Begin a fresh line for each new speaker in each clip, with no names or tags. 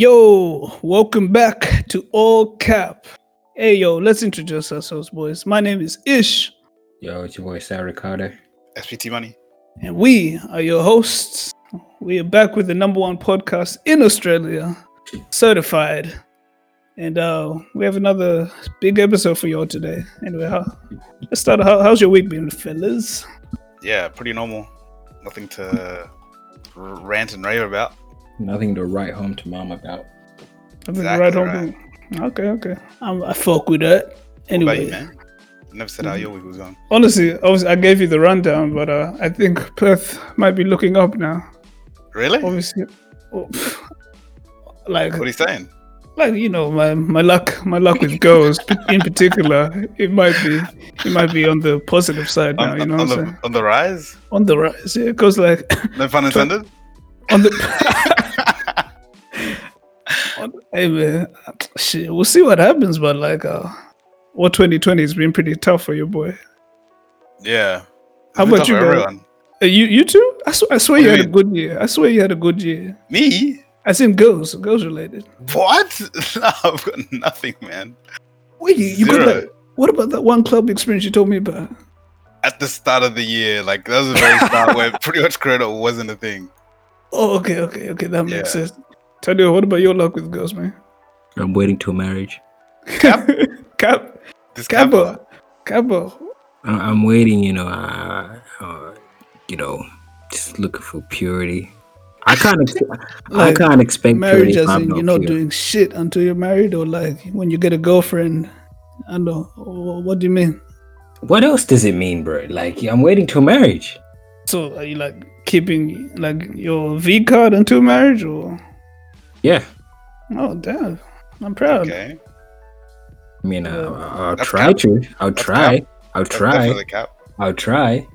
Yo, welcome back to All Cap. Hey, yo, let's introduce ourselves, boys. My name is Ish,
Yo, it's your boy Sal Ricardo.
SPT money.
and we are your hosts. We are back with the number one podcast in Australia, certified. And uh, we have another big episode for y'all today. Anyway, how, let's start. How, how's your week been, fellas?
Yeah, pretty normal. Nothing to r- rant and rave about.
Nothing to write home to mom about.
I've been
Exactly
right home.
right.
to- Okay, okay. I'm, I fuck with that.
What about
Anyway,
you, man? You never said how your week was going.
honestly, I, was, I gave you the rundown, but uh, I think Perth might be looking up now.
Really? What
obviously oh, pff, like
are you saying?
like you know my, my luck my luck with girls in particular it might be it might be on the positive side now
On,
you know
on
what i'm saying
the, on the rise?
on the rise yeah because like
No pun intended?
on the on, hey man shit we'll see what happens but like uh what 2020 has been pretty tough for your boy
Yeah.
How
It's been
about
tough
you,
for
bro? Uh, you you too i, sw- I swear
What do
you
you
had a good year i swear you had a good year
Me?
i seen girls girls related
What? no, I've got nothing, man.
Wait, you, you got
Zero.
that? What about that one club experience you told me about?
At the start of the year, like that was the very start where pretty much credit wasn't a thing.
Oh, okay, okay, okay. That makes
Yeah.
sense. Tadio, what about your luck with girls, man?
I'm waiting till marriage.
Cap, cap,
This
capo, capo.
I- I'm waiting, you know, uh, uh, you know, just looking for purity. I can't, ex- I
Like,
can't expect
Marriage,
purity. If
as
I'm
in
not
you're not
pure.
doing shit until you're married, or like when you get a girlfriend. I don't know. Wh- What do you mean?
What else does it mean, bro? Like I'm waiting till marriage.
So are you like keeping like your V card until marriage, or?
Yeah,
Oh damn, I'm proud.
Okay.
I mean, I,
Yeah.
I- I'll
That's
try
cap.
to. I'll
That's
try. I'll
That's
try.
definitely cap.
I'll try.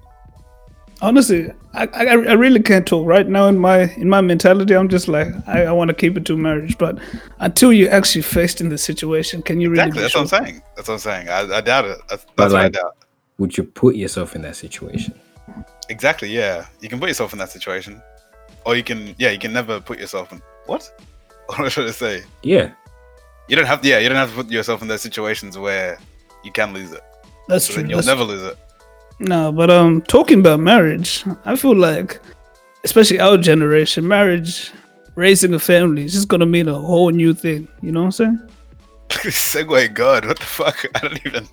honestly I, I i really can't talk right now in my in my mentality i'm just like i, I want to keep it to marriage but until you actually faced in the situation can you really
Exactly.
be
That's
sure?
what I'm saying. That's what I'm saying. I, I doubt it. That's,
But,
that's what I
like-
doubt.
Would you put yourself in that situation?
Exactly, yeah. You can put yourself in that situation. Or you can yeah, you can never put yourself in what? What should I say?
Yeah.
You don't have yeah, you don't have to put yourself in those situations where you can lose it.
that's
So
true
then you'll
that's-
never lose it.
no but um talking about marriage i feel like especially our generation marriage raising a family is just gonna mean a whole new thing you know what i'm saying
Segway God, what the fuck? I don't even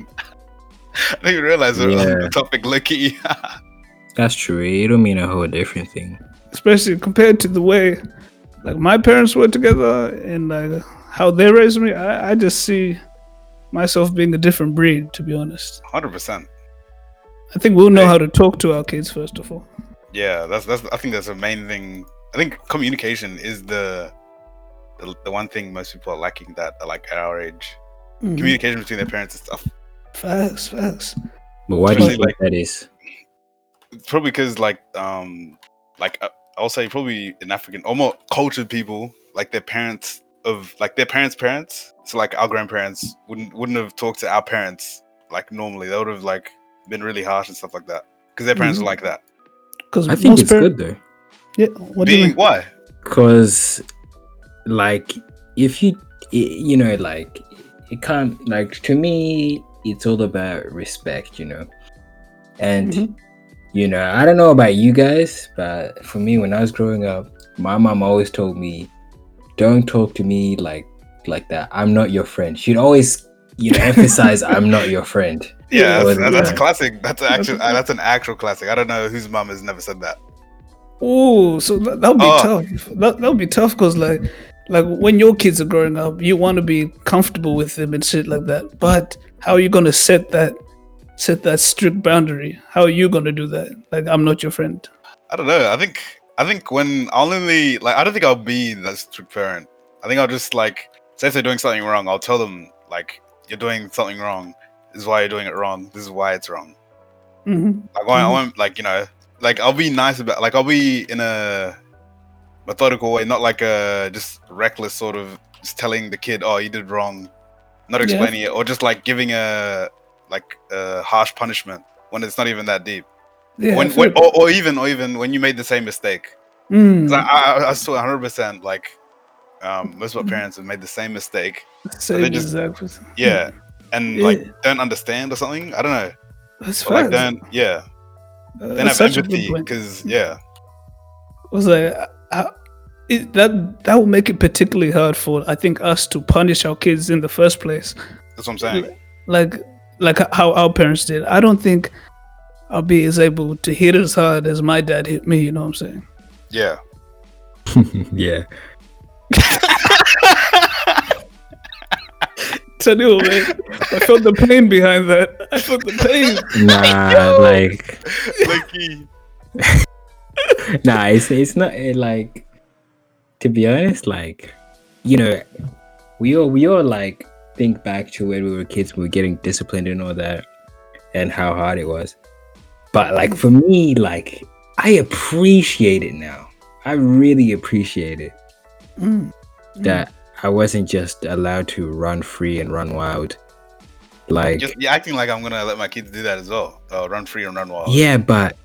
I don't even realize we're on
Yeah.
the topic Licky.
That's true. It'll mean a whole different thing.
especially compared to the way like my parents were together and like how they raised me i, I just see myself being a different breed to be honest
Hundred percent.
I think we'll know
Hey.
how to talk to our kids first of all.
Yeah, that's that's I think that's the main thing. I think communication is the the, the one thing most people are lacking that are like at our age. Communication between their parents and stuff.
Mm-hmm. Facts, facts.
But why do you
Especially,
think
like-
that is?
It's probably because like um like uh, i'll say probably in african or more cultured people like their parents of like their parents parents so like our grandparents wouldn't wouldn't have talked to our parents like normally they would have like been really harsh and stuff like that because their parents
Mhm.
were like that
Because
I think it's good though.
Yeah, what do you
being
mean?
why
because like if you i- you know like it can't like to me it's all about respect you know and
Mhm.
you know i don't know about you guys but for me when i was growing up my mom always told me don't talk to me like like that i'm not your friend she'd always you know emphasize i'm not your friend
yeah that's,
Yeah.
that's a classic that's
That's
actually
a-
that's an actual classic i don't know whose mom has never said that
Oh, so that that would be
Oh.
tough. That that would be tough because like, like when your kids are growing up, you want to be comfortable with them and shit like that. But how are you gonna set that, set that strict boundary? How are you gonna do that? Like, I'm not your friend.
i don't know i think i think when i'll only like i don't think i'll be that strict parent i think i'll just like say if they're doing something wrong i'll tell them like you're doing something wrong this is why you're doing it wrong this is why it's wrong
hmm
Like I,
Mhm.
I won't like you know like I'll be nice about like I'll be in a methodical way, not like a just reckless sort of just telling the kid, oh you did wrong, not
Yeah.
explaining it, or just like giving a like a harsh punishment when it's not even that deep.
Yeah.
when,
I
when
feel-
or, or even or even when you made the same mistake.
Mm.
'Cause I, I, I saw 100 percent like um, most of our parents have made the same mistake.
Same
just-
exact person.
Yeah, and
Mm. Yeah.
like don't understand or something. I don't know.
That's
Or, like
fine.
don't yeah.
Uh,
Don't
that's
have
such a
empathy
good point.
because yeah
I was like, I, it, that that will make it particularly hard for I think us to punish our kids in the first place,
that's what I'm saying.
like like how our parents did. I don't think I'll be as able to hit as hard as my dad hit me. You know what I'm saying?
Yeah.
yeah.
Tell you, man, I felt the pain behind that. I felt the pain.
Nah, like
Lucky.
nah, it's it's not eh, like to be honest, like you know, we all we all like think back to when we were kids, we were getting disciplined and all that, and how hard it was. But like for me, like I appreciate it now. I really appreciate it
Mm.
that I wasn't just allowed to run free and run wild. Like
Just yeah, acting like I'm gonna let my kids do that as well. Uh, run free and run wild.
Yeah, but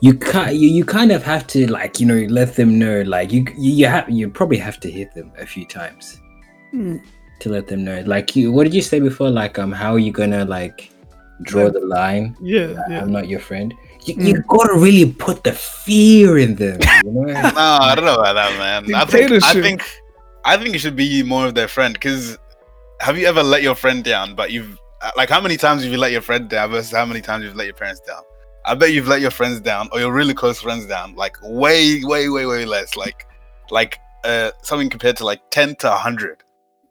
you can you, you kind of have to like you know let them know like you you you, ha- you probably have to hit them a few times
Mm.
to let them know like you what did you say before like um how are you gonna like draw the line
Yeah, yeah.
I'm not your friend you, you gotta really put the fear in them you know
No, I don't know about that, man. I think, I
Dictatorship.
think I think you should be more of their friend because have you ever let your friend down? But you've uh, like how many times have you let your friend down versus how many times you've let your parents down? I bet you've let your friends down or your really close friends down like way, way, way, way less. Like, like uh something compared to like ten to hundred.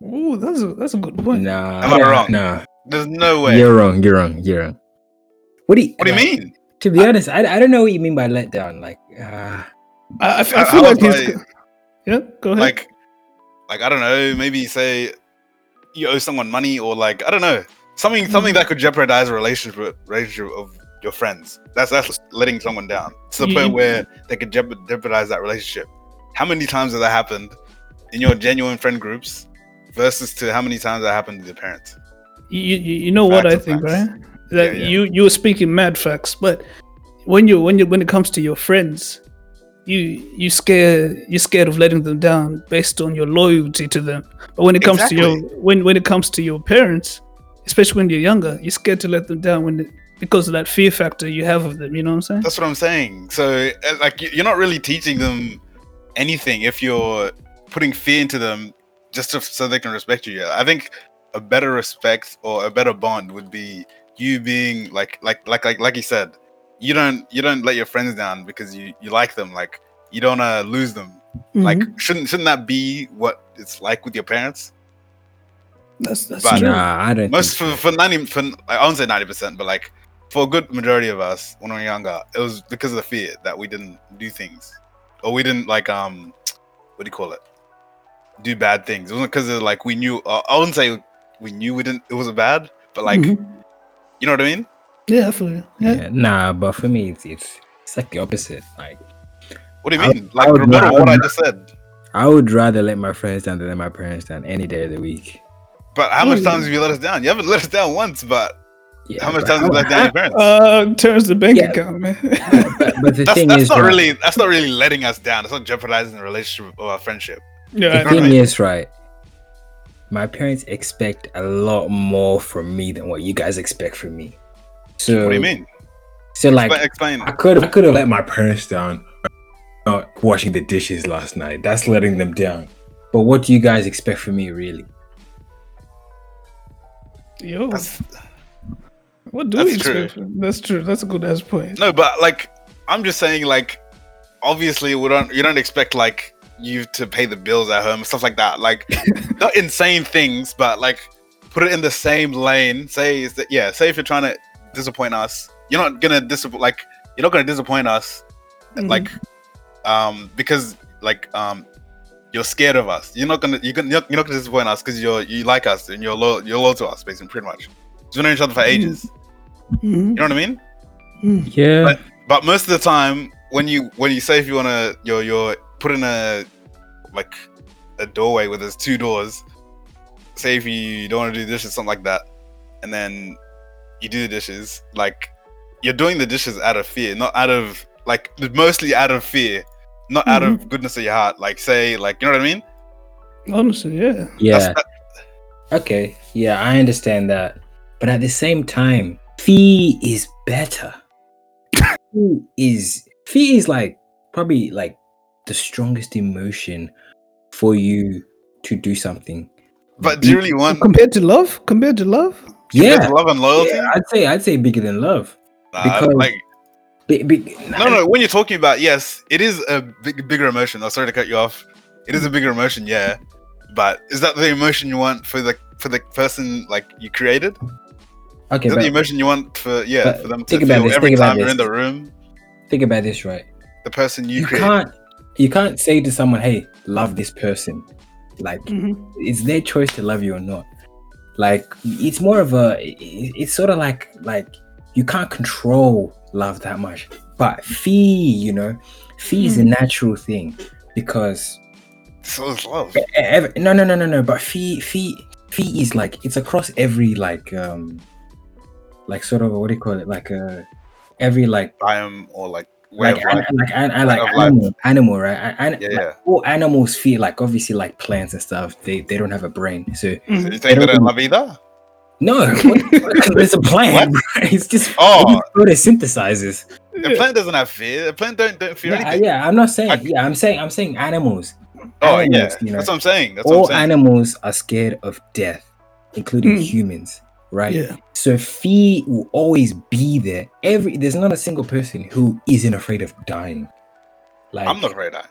Ooh, that's a, that's a good point.
nah
Am I wrong?
nah
There's no way.
you're wrong you're wrong you're wrong what do you
what do you
like,
mean?
to be honest I, I don't know what you mean by let down like uh,
I, I f- I
I- I
feel
was
like he's.
like-
yeah, go ahead.
Like, like I don't know. Maybe say you owe someone money or like I don't know something
Hmm.
something that could jeopardize a relationship relationship of your friends. That's that's letting someone down to the
You-
point
you-
where they could jeop- jeopardize that relationship. How many times has that happened in your genuine friend groups versus to how many times that happened to the parents?
you, you you know what
Facts
I
are
think,
facts.
right? That
Yeah, yeah.
you you were speaking mad facts, but when you when you when it comes to your friends, you you scare you're scared of letting them down based on your loyalty to them. But when it comes to your
Exactly.
when when it comes to your parents, especially when you're younger, you're scared to let them down when they- because of that fear factor you have of them. You know what I'm saying?
That's what I'm saying. So uh, like you- you're not really teaching them anything if you're putting fear into them just to, so they can respect you. I think a better respect or a better bond would be you being like like like like like you said, you don't you don't let your friends down because you you like them. Like you don't uh, lose them.
Mhm.
Like shouldn't shouldn't that be what it's like with your parents?
Mm-hmm. that's that's
but- uh,
true.
nah I don't
Most
think
for, for ninety for like, I won't say ninety percent, but like for a good majority of us when we were younger, it was because of the fear that we didn't do things, or we didn't like um, what do you call it? Do bad things. It wasn't because of like we knew. Uh, I wouldn't say we knew we didn't. It was bad, but like
Mm-hmm.
Mhm.
you know what I mean.
yeah, I feel you. Yeah.
Yeah, Eh, nah, but for me, it's it's, it's like the opposite. Like
What do you
I-
mean? Like
I would-
remember
I
what I
would-
just said.
I would rather let my friends down than let my parents down any day of the week.
But how much
Mm.
times have you let us down? You haven't let us down once. But
Yeah,
how much
but
times have you
I-
let down your parents?
Uh, turns the bank
Yeah.
account, man.
But, but the
that's
thing
that's
is,
not
right,
really that's not really letting us down. It's not jeopardizing the relationship or our friendship.
yeah,
the
I
think-
know.
thing
right.
is, right. My parents expect a lot more from me than what you guys expect from me. So
What do you mean?
So like,
But explain.
I could I could have let my parents down. Not washing the dishes last night. That's letting them down. But what do you guys expect from me, really?
Yo.
That's-
What do we
That's true.
expect? from- That's true. That's a good ass point.
No, but like I'm just saying, like obviously we don't you don't expect like you to pay the bills at home and stuff like that. Like not insane things, but like put it in the same lane. Say is that yeah, say if you're trying to disappoint us, you're not gonna disappoint like you're not gonna disappoint us
Mm-hmm.
like um because like um you're scared of us. You're not gonna you're gonna you're not gonna disappoint us because you're you like us and you're loyal you're loyal to us basically pretty much. We've known each other for ages.
Mhm.
You know what I mean?
Yeah.
But- but most of the time when you when you say if you want to you're you're put in a like a doorway where there's two doors say if you don't want to do dishes something like that and then you do the dishes like you're doing the dishes out of fear not out of
Mm-hmm.
like mostly out of fear not out of goodness of your heart like say like you know what i mean
Honestly, yeah.
Yeah.
That's not-
Okay. Yeah, I understand that. But at the same time, fee is better. fee is fee is like probably like the strongest emotion for you to do something.
but do you really want
Compared to love? Compared to love?
compared to
Yeah,
love and loyalty?
yeah, I'd say I'd say bigger than love.
Nah,
because-
like
Be- be-
no, no. When you're talking about yes, it is a big, bigger emotion. I'm sorry to cut you off. It is a bigger emotion, yeah. But is that the emotion you want for the for the person like you created?
Okay,
Is that the
but
emotion you want for yeah
but
for them to
think
feel
about this,
every
think about
time you're in
this.
the room?
think about this, right?
The person you,
You
create.
can't you can't say to someone, "Hey, love this person." Like
Mm-hmm.
it's their choice to love you or not like it's more of a i- i- it's sort of like like you can't control love that much but fee you know fee is a natural thing because
So is love.
e- ev- no no no no no but fee fee fee is like it's across every like um like sort of what do you call it like uh every like
Biome or like way
like,
of
an,
life.
like, an, I like
Way of life.
animal, animal, right? I, I,
Yeah,
like,
yeah.
All animals feel like obviously like plants and stuff. They they don't have a brain, so
So
Mm-hmm.
you think they don't love either?
No, it's a plant. bro. It's just
Oh.
it photosynthesizes.
The plant doesn't have fear. The plant don't don't fear
Yeah, I-
anything.
yeah, I'm not saying.
Like-
yeah, I'm saying. I'm saying animals.
Oh yeah,
animals, you know.
that's what I'm saying. That's
All
what I'm saying.
animals are scared of death, including
Mm.
humans, right?
Yeah.
So fear will always be there. Every there's not a single person who isn't afraid of dying. Like
I'm not afraid of that.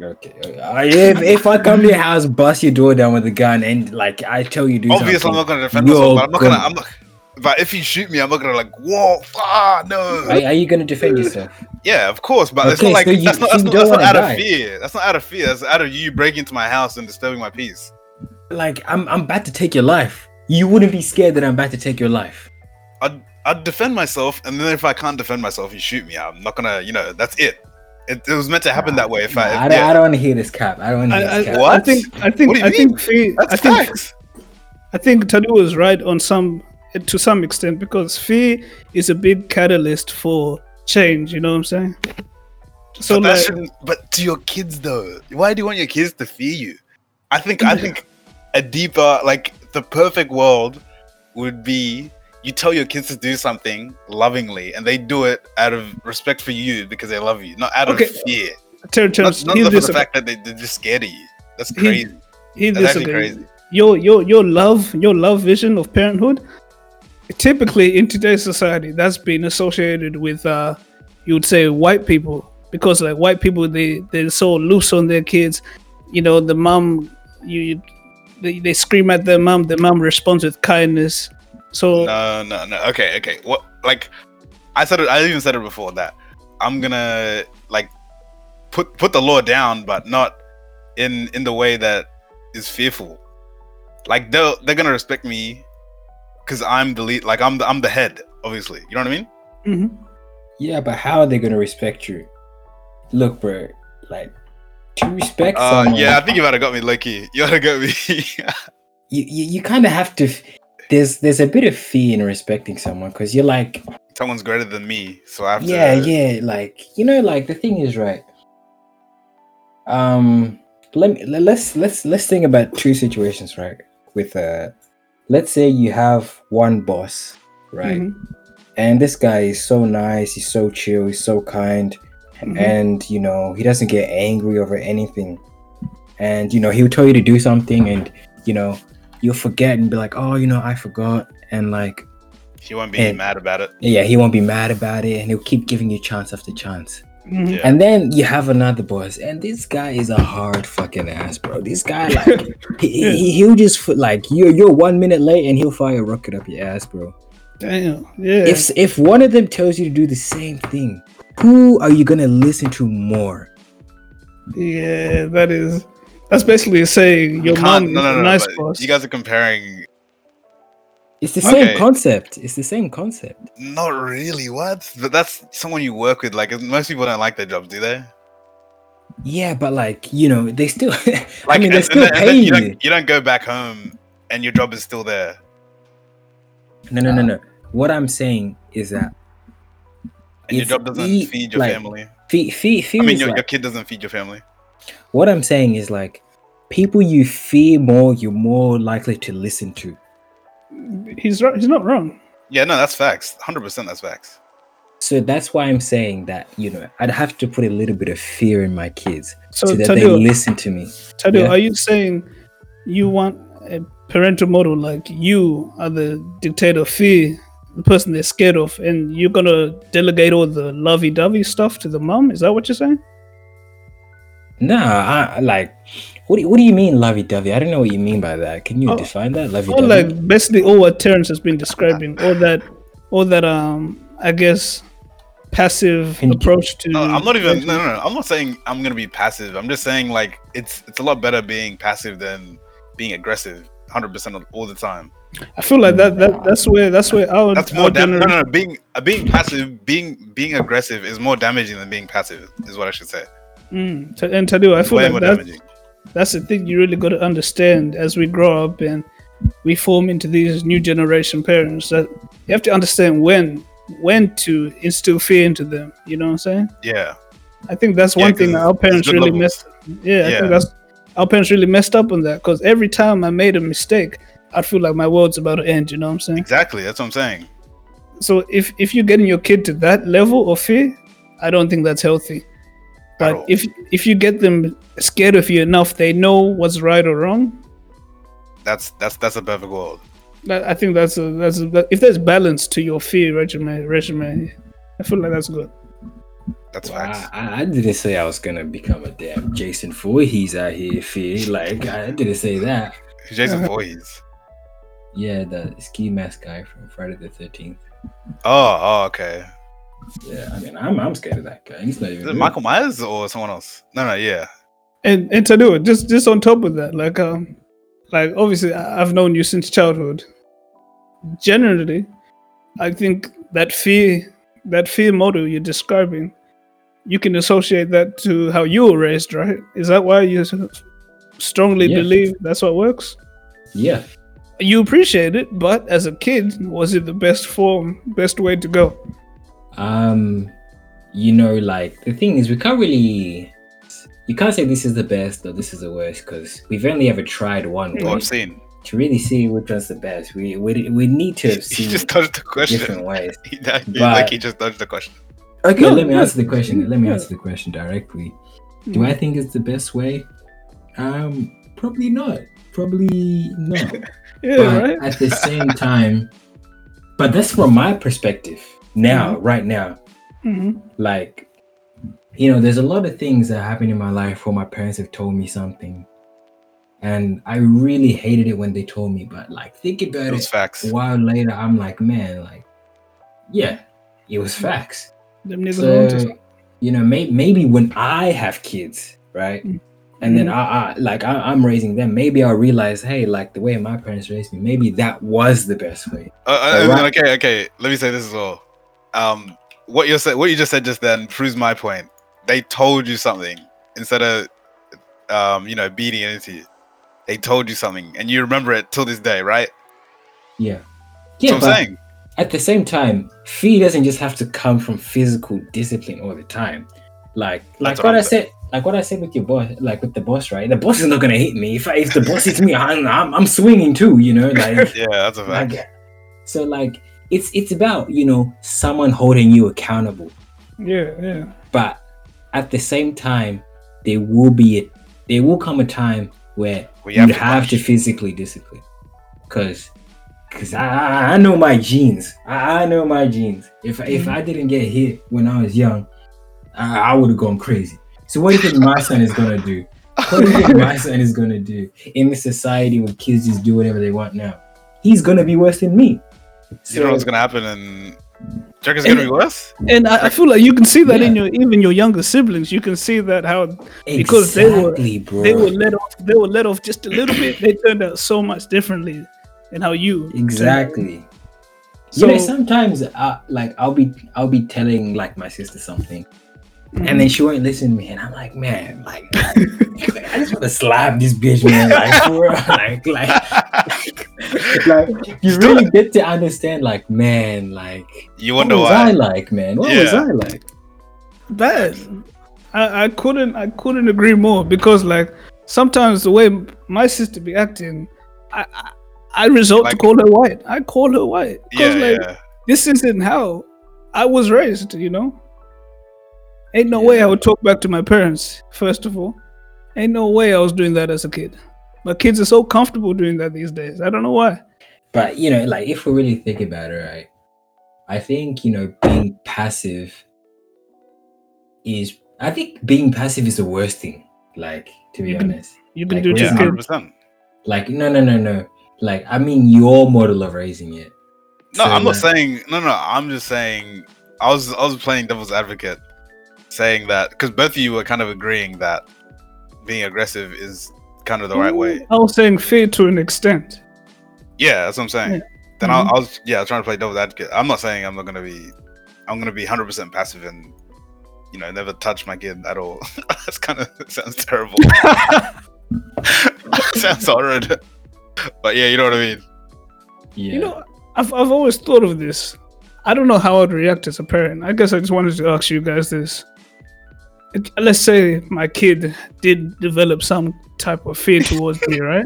Okay, I, if if I come to your house, bust your door down with a gun, and like I tell you, do
Obviously, I'm
something,
not gonna defend
You're
myself. But I'm not gonna.
gonna-
I'm not. But if you shoot me, I'm not gonna like whoa, ah, no.
are, are you gonna defend yourself?
Yeah, of course, but it's
Okay,
not like
so you-
that's not,
so
that's
you
not, that's
don't
not out
wanna die.
of fear. That's not out of fear. That's out of you breaking into my house and disturbing my peace.
like I'm I'm about to take your life. You wouldn't be scared that I'm about to take your life.
I'd I'd defend myself, and then if I can't defend myself, you shoot me. I'm not gonna, you know, that's it. It, it was meant to happen that way. If I,
Nah,
if-
I, don't,
yeah.
I don't want to hear this cap. I don't want to
I,
hear
I,
this cap.
What?
I think I think
What do you
I
mean?
think fear. I
that's
think
facts.
I think Tadu is right on some to some extent because fear is a big catalyst for change. You know what I'm saying? So
but, that
like,
shouldn't- but to your kids though, why do you want your kids to fear you? I think I think a deeper like the perfect world would be you tell your kids to do something lovingly and they do it out of respect for you because they love you, not out
Okay.
of fear.
Terry
Not,
Jones,
not
hear
for
this.
the
ab-
fact that they, they're just scared of you. That's
Hear-
crazy.
Hear
That's
this.
actually
okay?
crazy.
Your your your love your love vision of parenthood. Typically in today's society, that's been associated with uh, you would say white people because like white people they they're so loose on their kids. You know the mom you. you they, they scream at their mom. Their mom responds with kindness. So
No, no, no. Okay, okay. What? Like, I said it. I even said it before that I'm gonna like put put the law down, but not in in the way that is fearful. Like they'll they're gonna respect me because I'm the lead. Like I'm the I'm the head. Obviously, you know what I mean.
mhm.
Yeah, but how are they gonna respect you? Look, bro, like to respect
Uh,
someone,
yeah, I think you might have got me, Loki. You might have got me.
you you, you kind of have to. f- There's there's a bit of fear in respecting someone because you're like,
Someone's greater than me, so I have
yeah,
to.
yeah, like you know, like the thing is right. Um, let me le- let's let's let's think about two situations, right? With uh, let's say you have one boss, right?
Mhm.
and this guy is so nice he's so chill he's so kind
Mhm.
and you know he doesn't get angry over anything and you know he'll tell you to do something and you know you'll forget and be like oh you know i forgot and like
He won't be
And-
mad about it.
yeah he won't be mad about it and he'll keep giving you chance after chance
Mhm.
Yeah.
and then you have another boss, and this guy is a hard fucking ass, bro. This guy, like, he, he, he'll just f- like you're you're one minute late, and he'll fire a rocket up your ass, bro.
Damn. Yeah.
if if one of them tells you to do the same thing who are you gonna listen to more
yeah. That is. That's basically saying your
Can't-
mom is
no, no,
a
no,
nice
but
boss.
You guys are comparing.
it's the
Okay.
same concept it's the same concept
Not really. What? But that's someone you work with. Like most people don't like their jobs, do they?
yeah but like you know they still i
Like,
mean they
and- and
still
then- and then
pay
you.
you
Don't, you don't go back home and your job is still there.
no no no
Ah.
no what i'm saying is that
And your
It's
job doesn't
e-
feed your
like,
family.
fee fee fee
I mean,
is
your, your
like,
kid doesn't feed your family.
what i'm saying is like people you fear more, you're more likely to listen to.
He's right. He's not wrong.
Yeah, no, that's facts. 100% that's facts.
So that's why I'm saying that, you know, I'd have to put a little bit of fear in my kids
So,
so that they
Tadeo,
listen to me.
Tadeo,
Yeah.
are you saying you want a parental model like you are the dictator of fear, the person they're scared of, and you're gonna delegate all the lovey dovey stuff to the mom? Is that what you're saying?
Nah, I, like, what do, what do you mean lovey dovey? I don't know what you mean by that. Can you
Oh,
define that? Lovey
Or
dovey?
like basically all what Terrence has been describing, all that all that um I guess passive
Can you-
approach to
No,
Mm-hmm.
I'm not even. No, no, no. I'm not saying I'm gonna be passive. I'm just saying like it's it's a lot better being passive than being aggressive, hundred percent all the time.
I feel like that, that that's where that's where our,
That's
Oh,
our
more damaging.
genera-
No, no, no. Being uh, being passive, being being aggressive is more damaging than being passive. Is what I should say.
Mm, Ta- and Tadeo, I
It's
feel
way
like
more
that,
damaging.
that's the thing you really got to understand as we grow up and we form into these new generation parents that you have to understand when when to instill fear into them you know what i'm saying
Yeah,
i think that's
Yeah,
one
'cause
thing that our
it's-
parents
it's
really
good
messed yeah, i
Yeah.
think that's our parents really messed up on that because every time i made a mistake i feel like my world's about to end you know what i'm saying
exactly. That's what I'm saying.
so if if you're getting your kid to that level of fear i don't think that's healthy
At
but
all.
if if you get them scared of you enough they know what's right or wrong
that's that's that's a perfect world.
That, I think that's a, that's a, that, if there's balance to your fear regimen regimen, I feel like that's good.
That's
Wow,
facts.
I, I didn't say I was gonna become a damn Jason Voorhees out here. Fear, like I didn't say that.
Jason Voorhees.
Yeah, the ski mask guy from Friday the Thirteenth.
Oh, oh, okay.
Yeah, I mean, I'm I'm scared of that guy. He's not even
Is it
real.
Michael Myers or someone else? No, no, yeah.
And and to do it just just on top of that, like um, like obviously I, I've known you since childhood. Generally, I think that fear that fear model you're describing, you can associate that to how you were raised, right? Is that why you s- strongly
Yeah.
believe that's what works?
Yeah,
You appreciate it, but as a kid, was it the best form, best way to go?
um, you know, like the thing is, we can't really. You can't say this is the best or this is the worst because we've only ever tried one
Oh,
way
I've seen.
to really see which one's the best. We we, we need to
He,
have
he
seen
just dodged the question.
different ways.
He, like, he-
But-
like he just dodged the question.
Okay,
No,
let me
yeah.
answer the question. Let me
Yeah.
answer the question directly. Do I think it's the best way? Um, probably not. Probably not.
Yeah,
but
right.
at the same time, but that's from my perspective now, right now.
Mm-hmm.
Like, you know, there's a lot of things that happened in my life where my parents have told me something, and I really hated it when they told me. But like, think about
Those
it.
facts.
A while later, I'm like, man, like, yeah, it was facts.
Them niggas want to.
So, you know, may- maybe when I have kids, right?
Mm.
And then I, I like I, I'm raising them. Maybe I'll realize, hey, like the way my parents raised me, maybe that was the best way.
Uh, uh,
Alright.
Okay, okay. Let me say this as well. Um, what you said, what you just said just then, proves my point. They told you something instead of, um, you know, beating into you. They told you something, and you remember it till this day, right?
Yeah, yeah.
That's what
but
I'm saying.
at the same time, fear doesn't just have to come from physical discipline all the time. Like, like
That's what
what
I'm
I said, like what I said with your boss, like with the boss, right? The boss is not gonna hit me. If I, if the boss hits me, I'm, I'm I'm swinging too. You know, like
Yeah, that's a fact.
like. So like, it's it's about you know someone holding you accountable.
Yeah, yeah.
but at the same time there will be a, there will come a time where
We
you
have
have,
to
to, physically discipline because because I, I- I know my genes I, I know my genes if if I didn't get hit when I was young I, I would have gone crazy so what do you think my son is gonna do what do you think my son is gonna do in the society where kids just do whatever they want now he's gonna be worse than me
You know what's gonna happen, and Jack is gonna be worse.
And I, I feel like you can see that in
Yeah.
your even your younger siblings. You can see that how because they were-
exactly, bro.
they were let off. They were let off just a little bit. They turned out so much differently, and how you
Exactly.
So-
you know, sometimes I, like I'll be I'll be telling like my sister something, and then she won't listen to me, and I'm like, man, like I just want to slap this bitch, man, like for real, like like like you really get to understand, like man, like
You
what
wonder
was I
why.
like, man? What was
Yeah.
I like?
Bad. I, I couldn't I couldn't agree more because like sometimes the way my sister be acting, I I, I resort to
Like-
call her white. I call her white. 'Cause,
Yeah,
like,
yeah.
This isn't how I was raised, you know? Ain't no way I would talk back to my parents, first of all. Ain't no way I was doing that as a kid. My kids are so comfortable doing that these days. I don't know why.
But you know, like if we really think about it, right? I think you know being passive is. I think being passive is the worst thing. Like to be
You
Mm-hmm.
can-
honest,
You can
Like,
do it
yeah,
to
Yeah,
just
kids.
100%.
like no, no, no, no. Like I mean, your model of raising it. So,
No, I'm not
like,
saying. No, no, I'm just saying. I was, I was playing devil's advocate, saying that because both of you were kind of agreeing that being aggressive is kind of the right way.
I was saying fear to an extent.
Yeah, that's what I'm saying.
Yeah.
Then I,
Mhm.
I was, yeah, I was trying to play devil's advocate. I'm not saying I'm not gonna be, I'm gonna be 100 percent passive and, you know, never touch my kid at all. that's kind of sounds terrible. sounds horrid. But yeah, you know what I mean.
Yeah.
You know, I've, I've always thought of this. I don't know how I'd react as a parent. I guess I just wanted to ask you guys this. It- Let's say my kid did develop some type of fear towards me, right?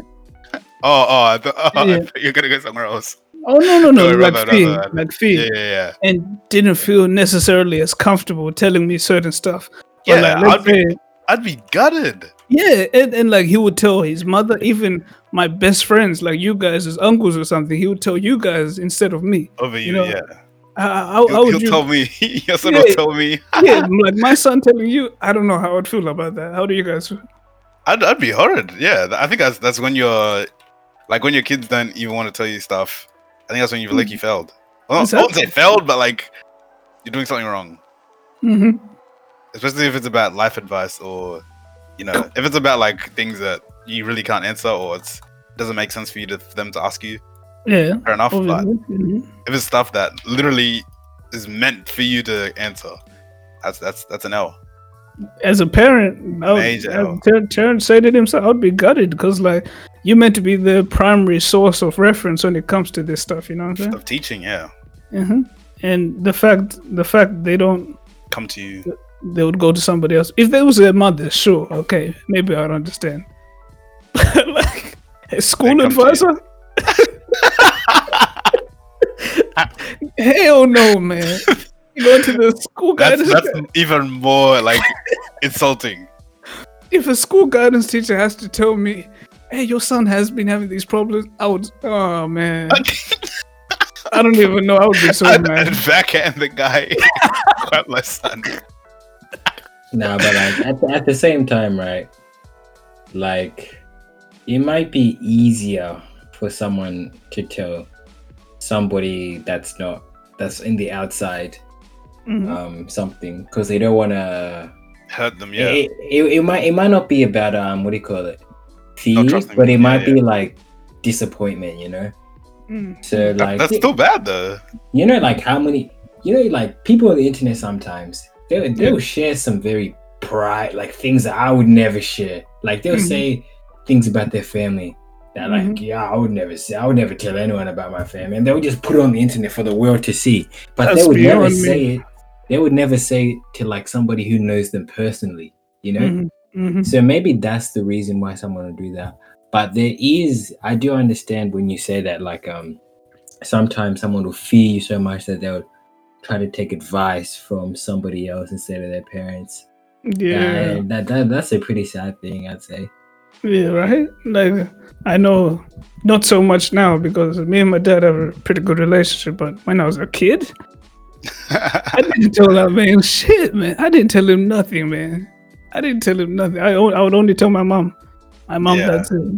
Oh, oh, I th- oh
Yeah.
I thought you're gonna go somewhere else.
Oh no no no,
No,
like
rather- rather
fear,
than-
like
Yeah,
fear,
yeah, yeah.
and didn't feel necessarily as comfortable telling me certain stuff. But,
Yeah,
like, let's
I'd be,
say-
I'd be gutted.
yeah, and, and like he would tell his mother, even my best friends, like you guys, his uncles or something, he would tell you guys instead of me.
over you,
know,
yeah.
How, how,
He'll,
how would
he'll
you
tell me. Your son
Yeah.
will tell me.
yeah, m- like my son telling you, I don't know how I'd feel about that. How do you guys feel?
I'd, I'd be horrid. Yeah, th- I think that's that's when you're, like, when your kids don't even want to tell you stuff. I think that's when you like you failed. Well, not- I won't say
Hmm. Exactly.
failed, but like, you're doing something wrong.
hmm
Especially if it's about life advice or, you
Oh.
know, if it's about like things that you really can't answer or it's doesn't make sense for you to for them to ask you.
Yeah.
Fair enough, but
obviously. Mhm.
if it's stuff that literally is meant for you to answer, that's that's that's an L.
As a parent, I would,
Major
I-
hell.
Ter- Terrence said it himself. I'd be gutted because, like, you meant to be the primary source of reference when it comes to this stuff. You know what I'm
of teaching, yeah,
saying? hmm And the fact, the fact they don't,
come to you.
they would go to somebody else. If they was their mother, sure, okay, maybe I'd understand. But like, a school
come to you.
advisor. Hell no, man. You go to the school
That's,
guidance.
that's even more like insulting.
if a school guidance teacher has to tell me, "Hey, your son has been having these problems," I would. Oh man, I don't even know. I would be so
and,
mad.
and backhand the guy. Grab my son.
Nah, but like at, the- at the same time, right? Like, it might be easier for someone to tell somebody that's not that's in the outside
Mhm.
um something because they don't want to.
Hurt them, yeah.
It, it, it might it might not be about um what do you call it
Not
fear,
trusting
but
them,
it
yeah,
might
yeah.
be like disappointment, you know.
Mm.
So
That-
like
that's
it-
still bad though.
you know like how many you know like people on the internet sometimes they they'll share some very pride like things that I would never share. Like they'll
Mhm.
say things about their family that like
Mhm.
yeah I would never say I would never tell anyone about my family and they would just put it on the internet for the world to see. But
That's
they would never
beyond me.
say it. They would never say it to like somebody who knows them personally, you know?
Mhm. Mhm.
So maybe that's the reason why someone would do that. But there is, I do understand when you say that, like, um, sometimes someone will fear you so much that they'll try to take advice from somebody else instead of their parents.
Yeah,
And that, that that's a pretty sad thing, I'd say.
yeah, right. Like I know, not so much now because me and my dad have a pretty good relationship. But when I was a kid, I didn't tell that man shit, man. I didn't tell him nothing, man. I didn't tell him nothing. I, on- I would only tell my mom. My mom
Yeah.
that's it.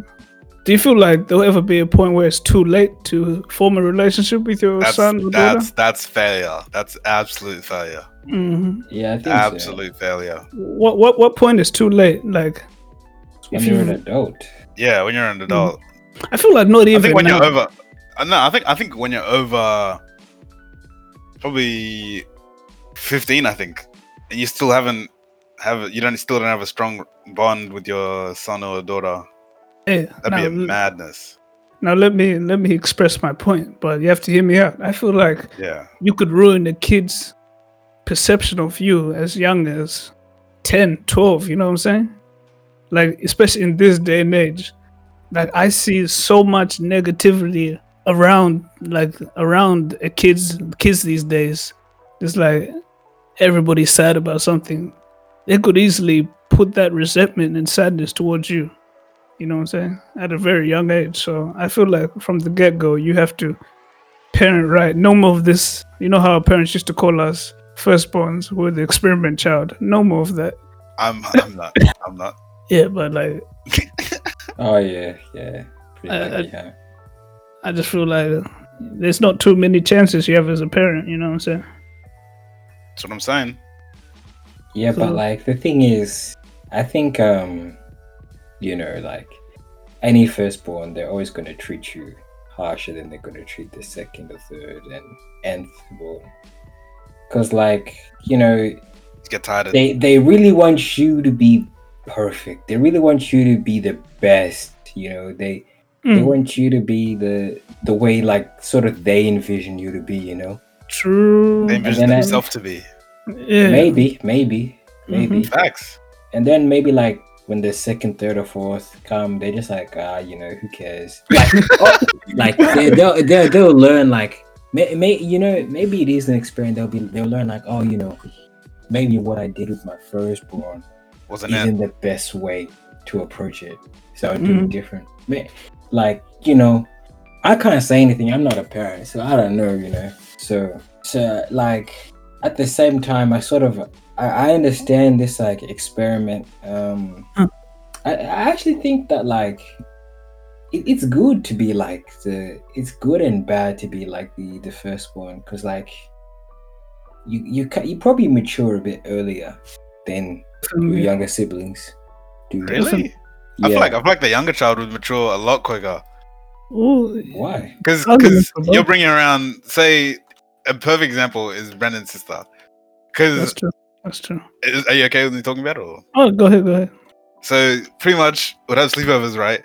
Do you feel like there'll ever be a point where it's too late to form a relationship with your
that's,
son or daughter?
that's that's failure. That's absolute failure.
Mhm.
Yeah, I think
Absolute failure.
What what what point is too late? Like,
When
if
you're an
you,
adult,
Yeah, when you're an adult.
I feel like not Mm. even.
I think when
now.
you're over. uh, No, I think I think when you're over, probably fifteen. I think and you still haven't have you don't still don't have a strong bond with your son or daughter.
Hey,
That'd
now,
be a madness.
now let me let me express my point, but you have to hear me out. I feel like
Yeah.
you could ruin a kid's perception of you as young as 10, 12, you know what I'm saying? like especially in this day and age like i see so much negativity around like around uh, kids kids these days it's like everybody's sad about something they could easily put that resentment and sadness towards you you know what i'm saying at a very young age so i feel like from the get-go you have to parent right no more of this you know how our parents used to call us firstborns we're the experiment child no more of that
I'm I'm not. I'm not.
yeah but like
Oh yeah, yeah. Pretty
I-
lucky, huh?
I just feel like there's not too many chances you have as a parent, you know what I'm saying?
That's what I'm saying.
Yeah, but
So-
like the thing is, I think um, you know, like any firstborn, they're always gonna treat you harsher than they're gonna treat the second, the third, and nth born. Cause like you know,
You get tired of
they they really want you to be perfect. They really want you to be the best. You know, they they
Mm,
want you to be the the way like sort of they envision you to be. You know,
true.
they envision
then I-
themselves to be.
Yeah.
maybe, maybe, maybe.
Mhm.
Facts.
And then maybe like when the second, third, or fourth come, they're just like, ah, you know, who cares? Like, oh, like they, they'll, they'll they'll learn like, may, may you know, maybe it is an experience. They'll be they'll learn like, oh, you know, maybe what I did with my firstborn
Wasn't it?
isn't the best way to approach it. So I'll do it different. Ma- Like you know, I can't say anything. I'm not a parent, so I don't know. You know, so so like at the same time, I sort of I, I understand this like experiment. Um,
Mm.
I, I actually think that like it, it's good to be like the it's good and bad to be like the the first one because like you you ca- you probably mature a bit earlier than your
Yeah.
younger siblings. Do
Really?
Yeah.
I feel like I feel like the younger child would mature a lot quicker.
Ooh,
Why?
Because
Other than for
you're
both.
bringing around, say, a perfect example is Brandon's sister.
that's
Because
true. That's true.
are you okay with me talking about it? Or?
Oh, go ahead, go ahead.
So pretty much, would have sleepovers, right?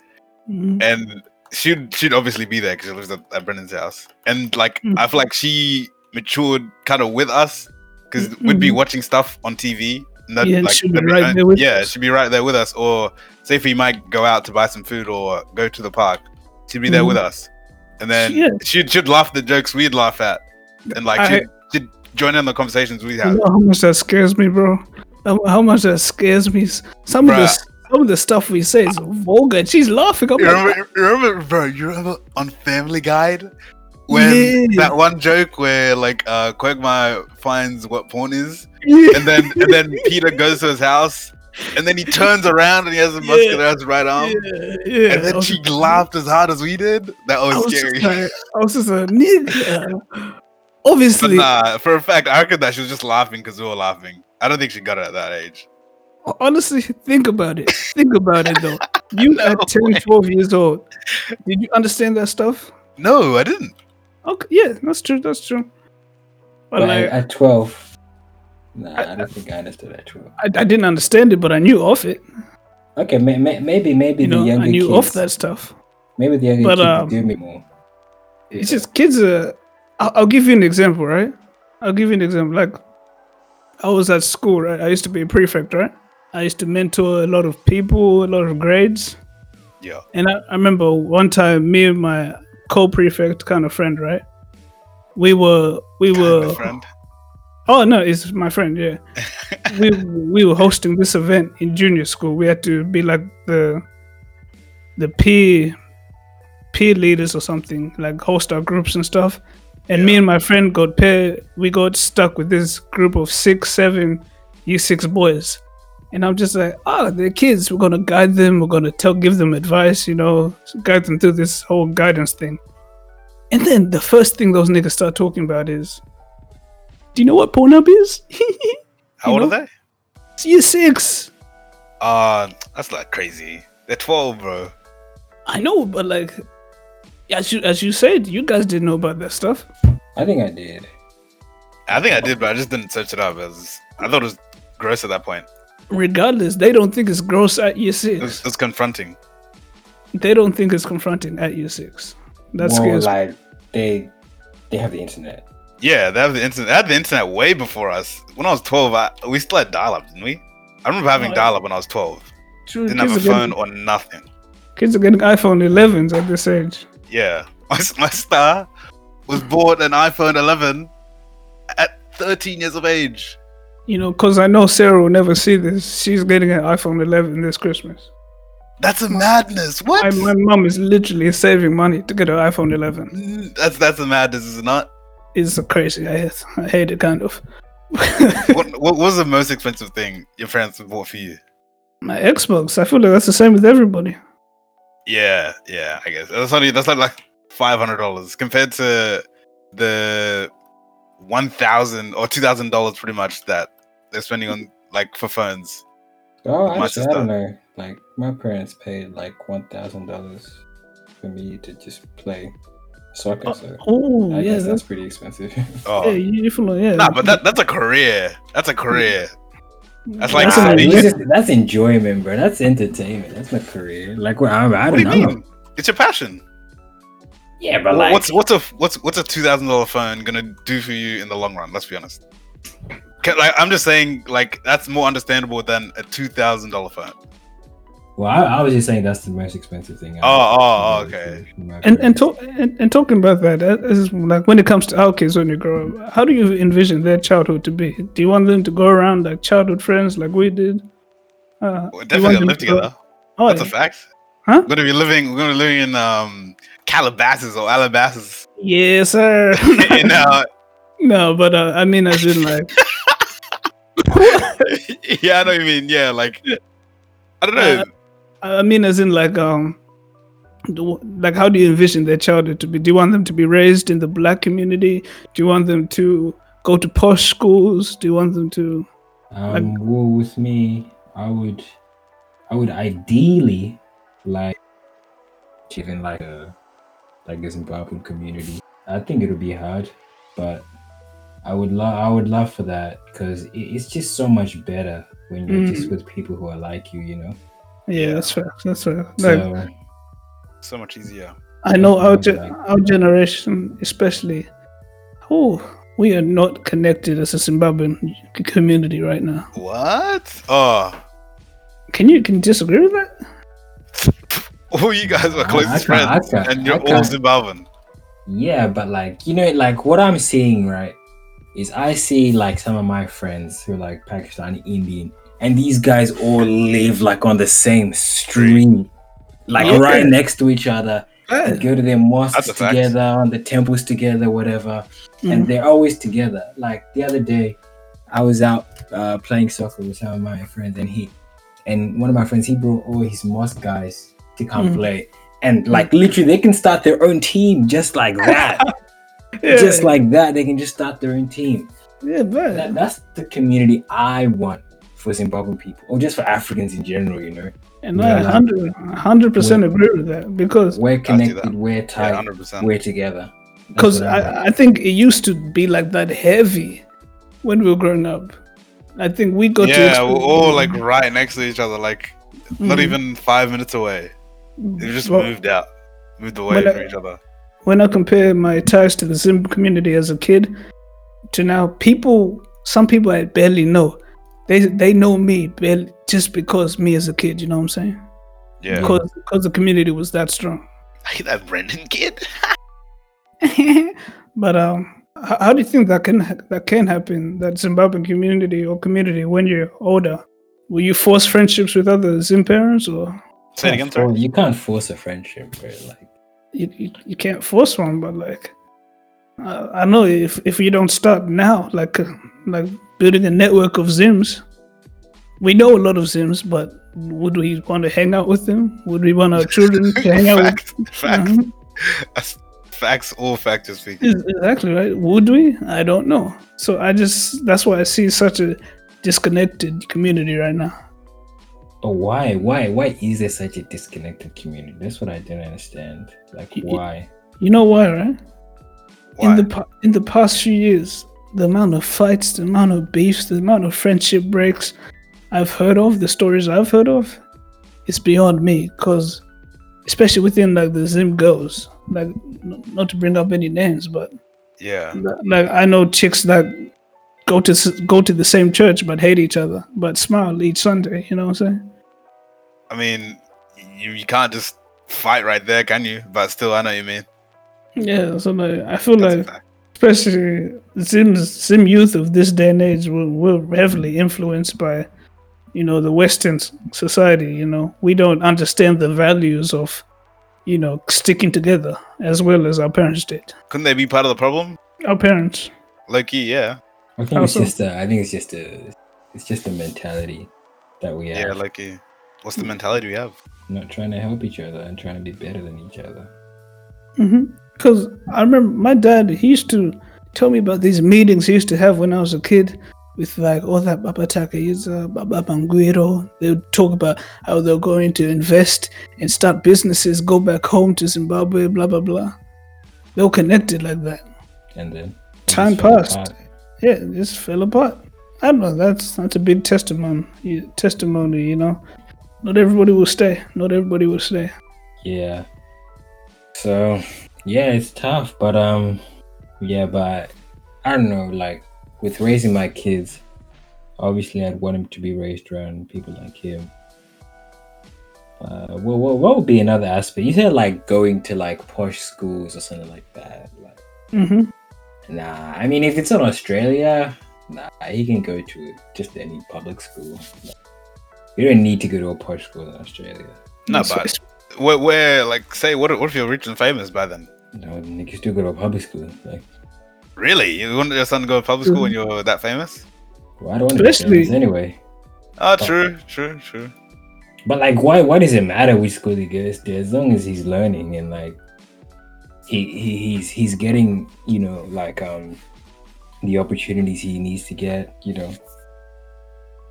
Mhm.
And she'd she'd obviously be there because she lives at, at Brandon's house. And like,
Mhm.
I feel like she matured kind of with us because we'd be
Mhm.
watching stuff on TV. And that,
Yeah, and
like,
she'd be
that'd
right
uh,
there with
yeah,
us.
she'd be right there with us. Or say if we might go out to buy some food or go to the park, she'd be there with us. And then
Mm-hmm. Yeah.
she'd she'd laugh at the jokes we'd laugh at, and like
I-
she'd, she'd join in the conversations we
You
had.
know how much that scares me, bro? How, how much that scares me? Some of the
Bruh.
some of the stuff we say is vulgar. and She's laughing. I'm
You
like,
remember, you remember, bro? You remember on Family Guide when
Yeah.
that one joke where like uh Quagmire finds what porn is,
yeah.
and then and then Peter goes to his house, and then he turns around and he has a
Yeah.
muscular ass right arm,
yeah, yeah.
and
I
then
was-
she laughed as hard as we did. That
I
was,
was
scary.
just like, I was just a nigga.
But
Obviously,
nah, for a fact, I reckon that she was just laughing because we were laughing. I don't think she got it at that age.
Honestly, think about it. Think about it though. You
No
at 10,
way.
12 years old. Did you understand that stuff?
No, I didn't.
Okay, yeah, that's true. That's true. But
Well,
like,
at, at twelve. Nah, I, don't think I understood at twelve.
I, I didn't understand it, but I knew of it.
Okay, may, may, maybe maybe
You
the
know,
younger
I knew
kids.
of that stuff.
Maybe the younger
But,
kids
um,
do me more.
It's just kids. Uh, I'll, I'll give you an example, right? I'll give you an example. Like, I was at school, right? I used to be a prefect, right? I used to mentor a lot of people, a lot of grades.
Yeah.
And I, I remember one time, me and my co-prefect kind of friend, right? We were we
My
were
friend.
oh no, it's my friend, yeah. we we were hosting this event in junior school. We had to be like the the peer peer leaders or something, like host our groups and stuff. And me
Yeah.
and my friend got pair. We got stuck with this group of six, seven, year six boys. And I'm just like, ah, they're kids. We're gonna guide them. We're gonna tell, give them advice. You know, guide them through this whole guidance thing. And then the first thing those niggas start talking about is, do you know what Pornhub is?
How
you
old
know-
are they?
it's year six.
Uh, that's like crazy. They're twelve, bro.
I know, but like, as you as you said, you guys didn't know about that stuff.
I think I did.
I think I did, but I just didn't search it up. It was, I thought it was gross at that point.
Regardless, they don't think it's gross at year
It was,
six.
it was confronting.
They don't think it's confronting at year six. That
more
scares.
like they they have the internet.
Yeah, they have the internet. They had the internet way before us. When I was twelve, I, we still had dial-up, didn't we? I remember having
Oh, yeah.
dial-up when I was twelve.
True,
Didn't have a
kids, are
phone
getting,
or nothing.
kids are getting iPhone 11s at this age.
Yeah, my, my star was bought an iPhone 11 at 13 years of age.
You know, because I know Sarah will never see this. She's getting an iPhone 11 this Christmas.
That's a madness. What?
I, my mom is literally saving money to get an iPhone 11.
Mm, that's that's a madness, is it not?
It's crazy. I hate, I hate it, kind of.
what, what was the most expensive thing your parents bought for you?
My Xbox, I feel like that's the same with everybody.
Yeah, yeah, I guess that's only that's like like five hundred dollars compared to the one thousand or two thousand dollars pretty much that they're spending on like for phones.
Oh, actually,
My
I
sister.
don't know. Like my parents paid like one thousand dollars for me to just play soccer. so
Oh,
I
yeah.
guess that's
That's,
pretty expensive.
Oh,
yeah, you definitely, yeah.
nah, but that that's a career. That's a career. that's like-
that's,
an
Ah,
an-
you
that's
elite-
just- that's enjoyment, bro. That's entertainment. That's my career. Like where I'm, I
What do
don't
you
know.
mean? It's your passion.
Yeah, but like
what's what's a what's what's a two thousand dollar phone gonna do for you in the long run? Let's be honest. 'Cause, Like I'm just saying, like that's more understandable than a two thousand dollar phone.
Well, I, I was just saying that's the most expensive thing. I-
Oh, oh, oh, okay.
from my
And and,
parents.
talk, and and talking about that, that is like when it comes to our kids when they grow up, how do you envision their childhood to be? Do you want them to go around like childhood friends like we did? Uh,
We're
do you want
definitely gonna
them
live
to go-
together.
Oh,
That's a
yeah.
fact.
Huh?
We're gonna be living. We're gonna be living in um Calabasas or Alabasas
yes, sir.
in uh,
no, but uh, I mean, as in like,
yeah, I know what you mean. Yeah, like I don't know.
Uh, I mean, as in like, um, do, like how do you envision their childhood to be? Do you want them to be raised in the black community? Do you want them to go to posh schools? Do you want them to?
Um, well, with me, I would, I would ideally like live in like a like a Zimbabwean community. I think it'll be hard, but I would love, I would love for that because it, it's just so much better when you're
Mm.
just with people who are like you, you know.
Yeah, that's fair. That's fair. Like,
So
so much easier.
I know our, ge-
Definitely.
our generation, especially, oh, we are not connected as a Zimbabwean c- community right now.
What? Oh,
Can you can you disagree with that?
all oh, you guys
I-
were
I
closest
can't- I
friends,
can't-
and
I
you're all
can't.
Zimbabwean.
Yeah, but like you know, like what I'm seeing right is I see like some of my friends who are like Pakistani Indian, and these guys all live like on the same street, like
Okay.
right next to each other. They go to their mosques
That's a fact.
together, on the temples together, whatever,
Mm.
and they're always together. Like the other day, I was out uh, playing soccer with some of my friends, and he and one of my friends he brought all his mosque guys to come
Mm.
play. And like literally, they can start their own team just like that
yeah,
just like that they can just start their own team
yeah,
that,
bad.
that's the community i want for zimbabwean people or just for africans in general you know
And
Yeah,
I
like-
100 100 percent agree with that because
we're
that.
connected we're
Yeah,
tight
hundred percent.
we're together That's
because
what I want.
I, I think it used to be like that heavy when we were growing up. I think we got to
Yeah, we're
experience-
all like right next to each other, like not
Mhm.
even five minutes away. We just
Well-
moved out, moved away
Well,
from
uh,
each other.
when I compare my ties to the Zim community as a kid to now, people, some people I barely know, they they know me barely, just because me as a kid. You know what I'm saying?
Yeah,
Cool.
Because because the community was that strong.
I hate that Brendan kid.
but um, how, how do you think that can ha- that can happen? That Zimbabwean community or community when you're older, will you force friendships with other Zim parents or?
Say it again, sorry.
you can't force a friendship bro like
you, you, you can't force one, but like, I, I know if if you don't start now, like uh, like building a network of Zims, we know a lot of Zims, but would we want to hang out with them? Would we want our children to hang out with?
facts, facts,
Mhm.
That's facts, all factors speaking.
Is- Exactly right. Would we? I don't know. So I just that's why I see such a disconnected community right now.
but why why why is there such a disconnected community that's what i don't understand like
Y- y-
why
You know why, right?
Why?
In the pa- in the past few years, the amount of fights, the amount of beefs, the amount of friendship breaks I've heard of, the stories I've heard of, it's beyond me. Cause especially within like the Zim girls, like n- not to bring up any names, but
yeah,
like I know chicks that go to s- go to the same church but hate each other, but smile each Sunday. You know what I'm saying?
I mean, you, you can't just fight right there, can you? But still, I know what you mean.
Yeah, so like, I feel
That's a
like,
fact.
especially sim sim youth of this day and age, we're, we're heavily influenced by, you know, the Western s- society. You know, we don't understand the values of, you know, sticking together as well as our parents did.
Couldn't they be part of the problem?
Our parents.
Low key, yeah.
I think it's
Also-
just a, I think it's just a it's just a mentality that we
Yeah,
have.
low key. What's the mentality we have?
not trying to help each other and trying to be better than each other.
Because I remember my dad, he used to tell me about these meetings he used to have when I was a kid with like all that Baba Takayuza, Baba Banguiro. They would talk about how they're going to invest and start businesses, go back home to Zimbabwe, blah, blah, blah. They were connected like that.
And then it
Time
just fell
passed.
apart.
Yeah, it just fell apart. I don't know. That's that's a big testimony. Testimony, you know. Not everybody will stay. Not everybody will stay.
Yeah. So yeah, it's tough, but um, yeah, but I don't know. Like with raising my kids, obviously I'd want them to be raised around people like him. Uh, what, what, what would be another aspect? You said like going to like posh schools or something like that. Like,
Mm-hmm.
nah, I mean if it's in Australia, nah, he can go to just any public school. You don't need to go to a posh school in Australia.
No, but where, where, like, say, what, if- what if you're rich and famous by then?
No, you can still go to a public school. Like,
Really? You want your son to go to public school when you're that famous?
Well, I don't want to be
Especially-
famous anyway.
Oh, true, true, true.
But like, why? Why does it matter which school he goes to? As long as he's learning and like, he, he he's he's getting you know like um the opportunities he needs to get. You know.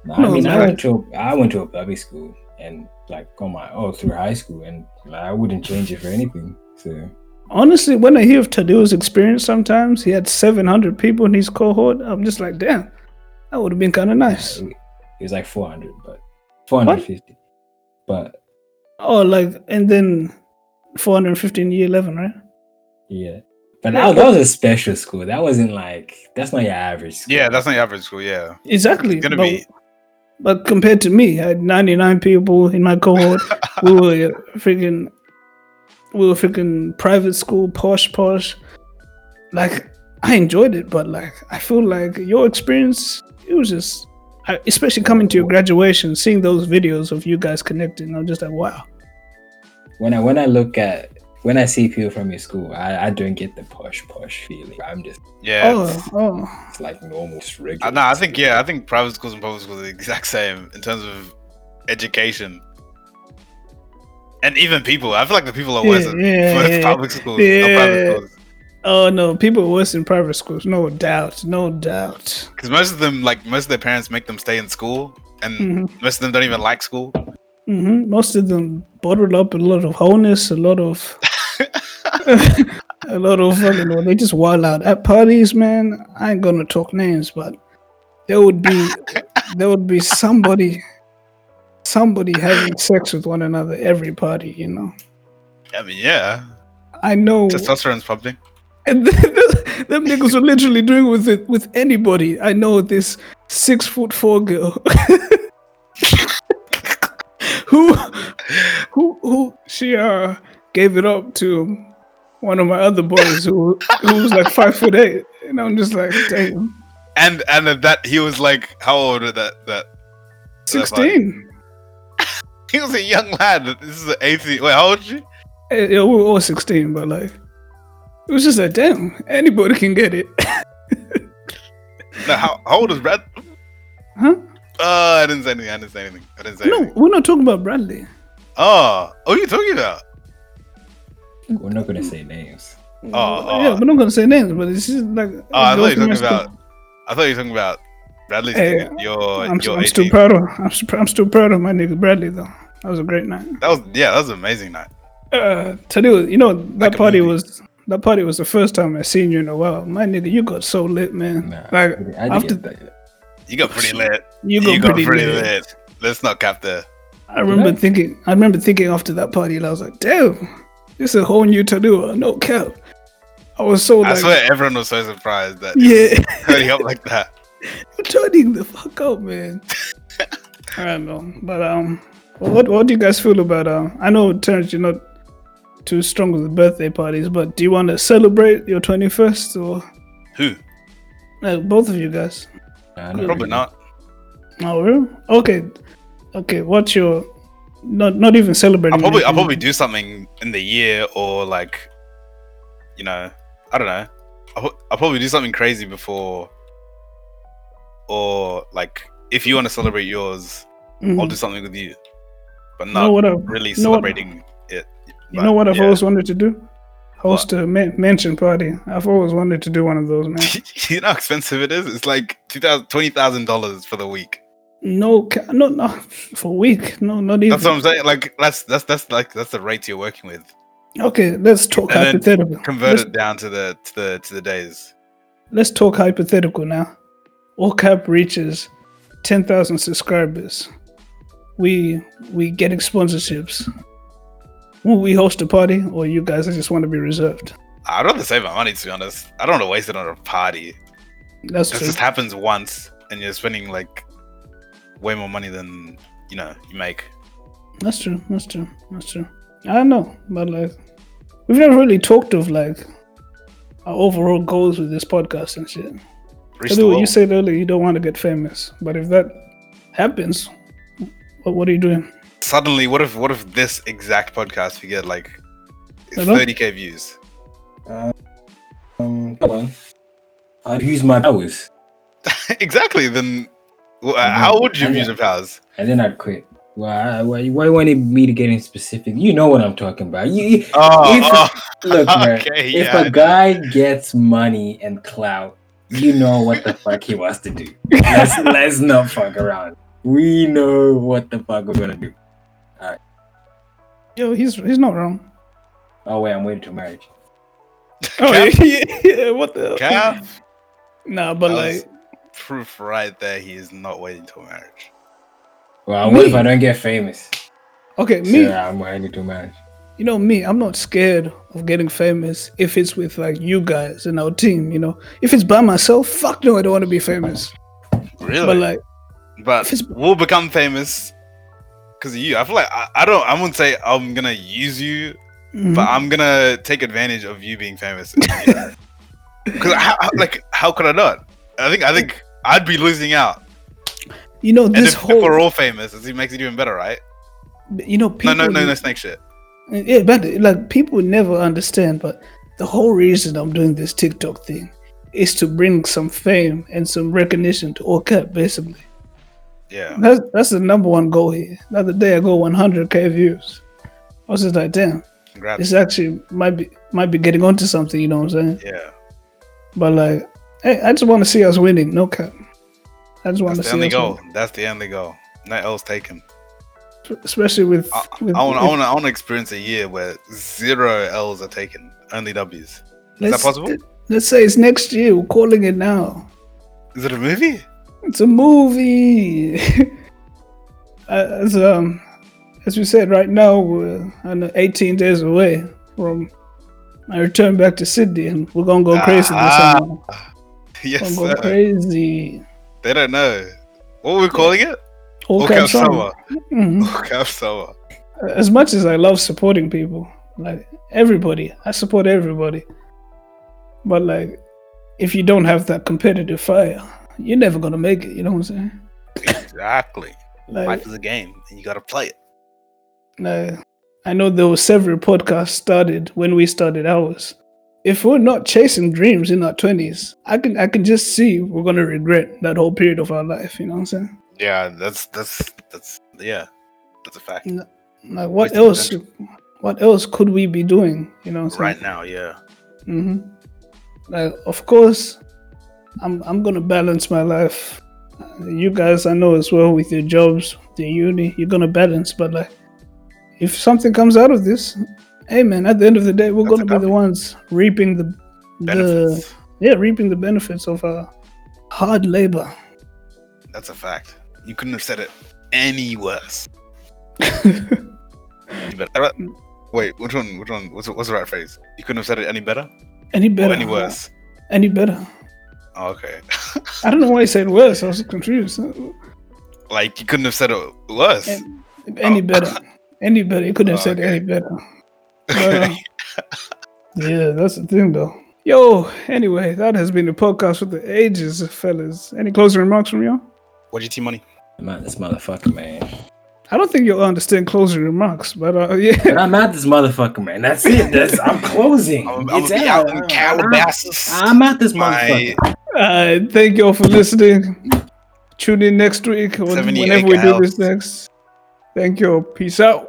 Nah, I
No,
mean, I
like-
went to a, I went to a public school and like on my oh through high school and like, I wouldn't change it for anything. So
Honestly, when I hear of Tadu's experience, sometimes he had 700 people in his cohort. I'm just like, damn, that would have been kind of nice.
it was like four hundred, but four hundred fifty. But
Oh, like, and then 415 year 11, right?
yeah, but that, that was a special school. That wasn't like that's not your average. School.
Yeah, that's not your average school, yeah.
Exactly.
It's gonna
but,
be.
but compared to me, I had 99 people in my cohort. we were freaking, we were freaking private school, posh, posh. Like, I enjoyed it, but like, I feel like your experience, it was just, I, especially coming to your graduation, seeing those videos of you guys connecting, I'm just like, wow.
when I when I look at when I see people from your school, I, I don't get the posh posh feeling. I'm just
Yeah.
Oh, oh,
it's like normal, just regular.
Uh, no, I think yeah, I think private schools and public schools are the exact same in terms of education. And even people, I feel like the people are
Yeah,
worse at
yeah,
for
yeah,
public schools. Yeah.
yeah.
private schools.
oh no! People are worse in private schools, no doubt, no doubt.
Because most of them, like most of their parents, make them stay in school, and
hmm
most of them don't even like school.
hmm Most of them bottled up a lot of wholeness, a lot of, a lot of fucking. Well, they just wild out at parties, man. I ain't gonna talk names, but there would be, there would be somebody, somebody having sex with one another every party. You know,
I mean, yeah,
I know.
testosterone's pumping.
And then, them niggas were literally doing with it with anybody. I know this six foot four girl who who who she uh gave it up to one of my other boys who who was like five foot eight. And I'm just like, damn.
And and at that he was like, how old at that that? that party?
Sixteen.
He was a young lad. This is an eighteen. Wait, how old is she?
Eh, Yeah, we were all sixteen, but like it was just like damn, anybody can get it.
No, how, how old is Brad?
Huh?
Uh, I didn't say anything. I didn't say anything. I didn't say
No,
anything.
we're not talking about Bradley.
Oh, what are you talking about?
We're not gonna say names.
oh.
yeah, we're not gonna say names, but it's just like
Oh, I thought you were
girlfriend
talking
stuff.
about. I thought you were talking about Bradley's.
Hey,
ticket. your
I'm,
your
I'm still
18.
proud of I'm, st- I'm still proud of my nigga Bradley though. That was a great night.
That was yeah, that was an amazing night.
Uh, today was, you know that
Like a
party
movie.
was that party was the first time I seen you in a while. My nigga, you got so lit, man.
Nah,
like
I didn't
after
get that.
You got pretty lit.
you got pretty, lit.
Let's not cap there.
I remember
Right.
thinking I remember thinking after that party, and I was like, damn, this is a whole new Tadua, no cap. I was so
I
like,
swear, everyone was so surprised that yeah.
yeah,
turning up like that.
you're turning the fuck up, man. I don't know, but um, Well, what what do you guys feel about? Um, I know Terrence, you're not too strong with the birthday parties, but do you want to celebrate your 21st or
Who?
uh, both of you guys?
Nah,
Probably
really.
not.
Oh, really? Okay, okay. What's your not not even celebrating?
I'll probably I'll
anything.
probably do something in the year or like, you know, I don't know. I'll, pro- I'll probably do something crazy before, or like if you want to celebrate yours,
Mhm.
I'll do something with you, but
You know
not
what I've-
really
you know what-
celebrating it.
You
But,
know what I've
yeah.
always wanted to do? Host a man- mansion party. I've always wanted to do one of those, man.
you know how expensive it is? It's like two thousand twenty thousand dollars for the week.
No, ca- no, no, for a week. No, not even.
That's what I'm saying. Like that's that's that's like that's the rates you're working with.
okay, let's talk
And then
hypothetical.
Convert
Let's-
it down to the to the to the days.
let's talk hypothetical now. OCAP reaches 10,000 subscribers. We we getting sponsorships. Will we host a party, or you guys just want to be reserved?
I'd rather save my money to be honest. I don't want to waste it on a party.
That's
This
true.
just happens once, and you're spending like way more money than you know you make.
That's true. That's true. That's true. I don't know, but like, we've never really talked of like our overall goals with this podcast and shit.
Reach
I
the
know what you
world.
said earlier. You don't want to get famous, but if that happens, what, what are you doing?
Suddenly, what if what if this exact podcast we get like
Hello?
30k views?
Um, come on. I'd use my powers
exactly. Then well, uh,
Mhm.
how would you
Yeah.
use your powers?
and then I'd quit. Why? Why? Why want me to get in specific? You know what I'm talking about. You, you-
Oh,
If- look, man.
okay,
if
yeah.
a guy gets money and clout, you know what the fuck he wants to do. Let's let's not fuck around. We know what the fuck we're gonna do.
Yo, he's he's not wrong.
Oh wait, I'm waiting till marriage.
Oh
Cap.
yeah, yeah, what the?
Cap.
Nah, but
That was
like,
proof right there. He is not waiting till marriage.
Well, what if
Me?
I don't get famous?
okay,
So
me,
I'm waiting till marriage.
you know me, I'm not scared of getting famous if it's with like you guys and our team. You know, if it's by myself, fuck no, I don't want to be famous.
Really?
But like,
but
If it's-
we'll become famous because of you. I feel like I, I don't. I wouldn't say I'm gonna use you,
mhm.
but I'm gonna take advantage of you being famous. Because like, how could I not? I think I think I'd be losing out.
you know
And
this
if, if
whole,
we're all famous, it makes it even better, right?
you know, people,
no, no, no, no, snake shit.
Yeah, but like people would never understand. But the whole reason I'm doing this TikTok thing is to bring some fame and some recognition to OCAP, basically.
Yeah.
That's that's the number one goal here. The other day I go 100k views. I was just like, damn,
Congrats.
this actually might be might be getting onto something. You know what I'm saying?
Yeah.
But like, hey, I just want to see us winning. No cap. I just want
That's
to
the
see
only
us,
goal.
winning.
That's the only goal. Nothing else taken.
especially with
I, I
with.
want. I
with-
want. I want to experience a year where zero L's are taken, only W's. that
let's-
possible?
Let's say it's next year. We're calling it now.
Is it a movie?
It's a movie. as um, as we said, right now we're I know, 18 days away from my return back to Sydney, and we're gonna go crazy
Ah,
this summer.
Yes.
We're gonna go
sir.
crazy.
They don't know. What were we calling it?
All
Okav
kinds of-
Sawa.
Mhm.
Okav Sawa.
As much as I love supporting people, like everybody, I support everybody. But like, if you don't have that competitive fire, you're never gonna make it. You know what I'm saying?
Exactly.
Like,
Life is a game, and you gotta play it.
No. I know there were several podcasts started when we started ours. If we're not chasing dreams in our twenties, I can I can just see we're gonna regret that whole period of our life, you know what I'm saying?
Yeah, that's that's that's yeah, that's a fact.
Like what
Wasted
else what else could we be doing? You know what I'm
Right
saying?
now, yeah.
Mm-hmm. Like of course I'm I'm gonna balance my life. Uh, You guys I know as well with your jobs, the uni, you're gonna balance, but like if something comes out of this, hey man, at the end of the day we're
That's
gonna
a
be the
W.
ones reaping the the
Benefits.
yeah, reaping the benefits of our hard labor.
That's a fact. You couldn't have said it any worse. You better- Wait, which one? Which one? What's, the- what's the right phrase? You couldn't have said it any better
Any better
or any worse.
Any better.
Oh, okay,
I don't know why you said worse, I was confused.
like you couldn't have said it worse.
And Any better. Any better. You couldn't have
Oh,
said
okay.
any better. But, uh, yeah, that's the thing, though. Yo, anyway, that has been the podcast for the ages, fellas. Any closing remarks from y'all?
What you team money?
I'm at this motherfucker, man.
I don't think you'll understand closing remarks, but uh, yeah.
But I'm at this motherfucker, man. That's it. That's I'm closing.
I'm, I'm
It's
gonna be out in
I'm-
Calabasas.
I'm at this motherfucker.
my
Uh, thank y'all for listening. Tune in next week, when-
78
whenever we do
cows.
this next. Thank y'all. Peace out.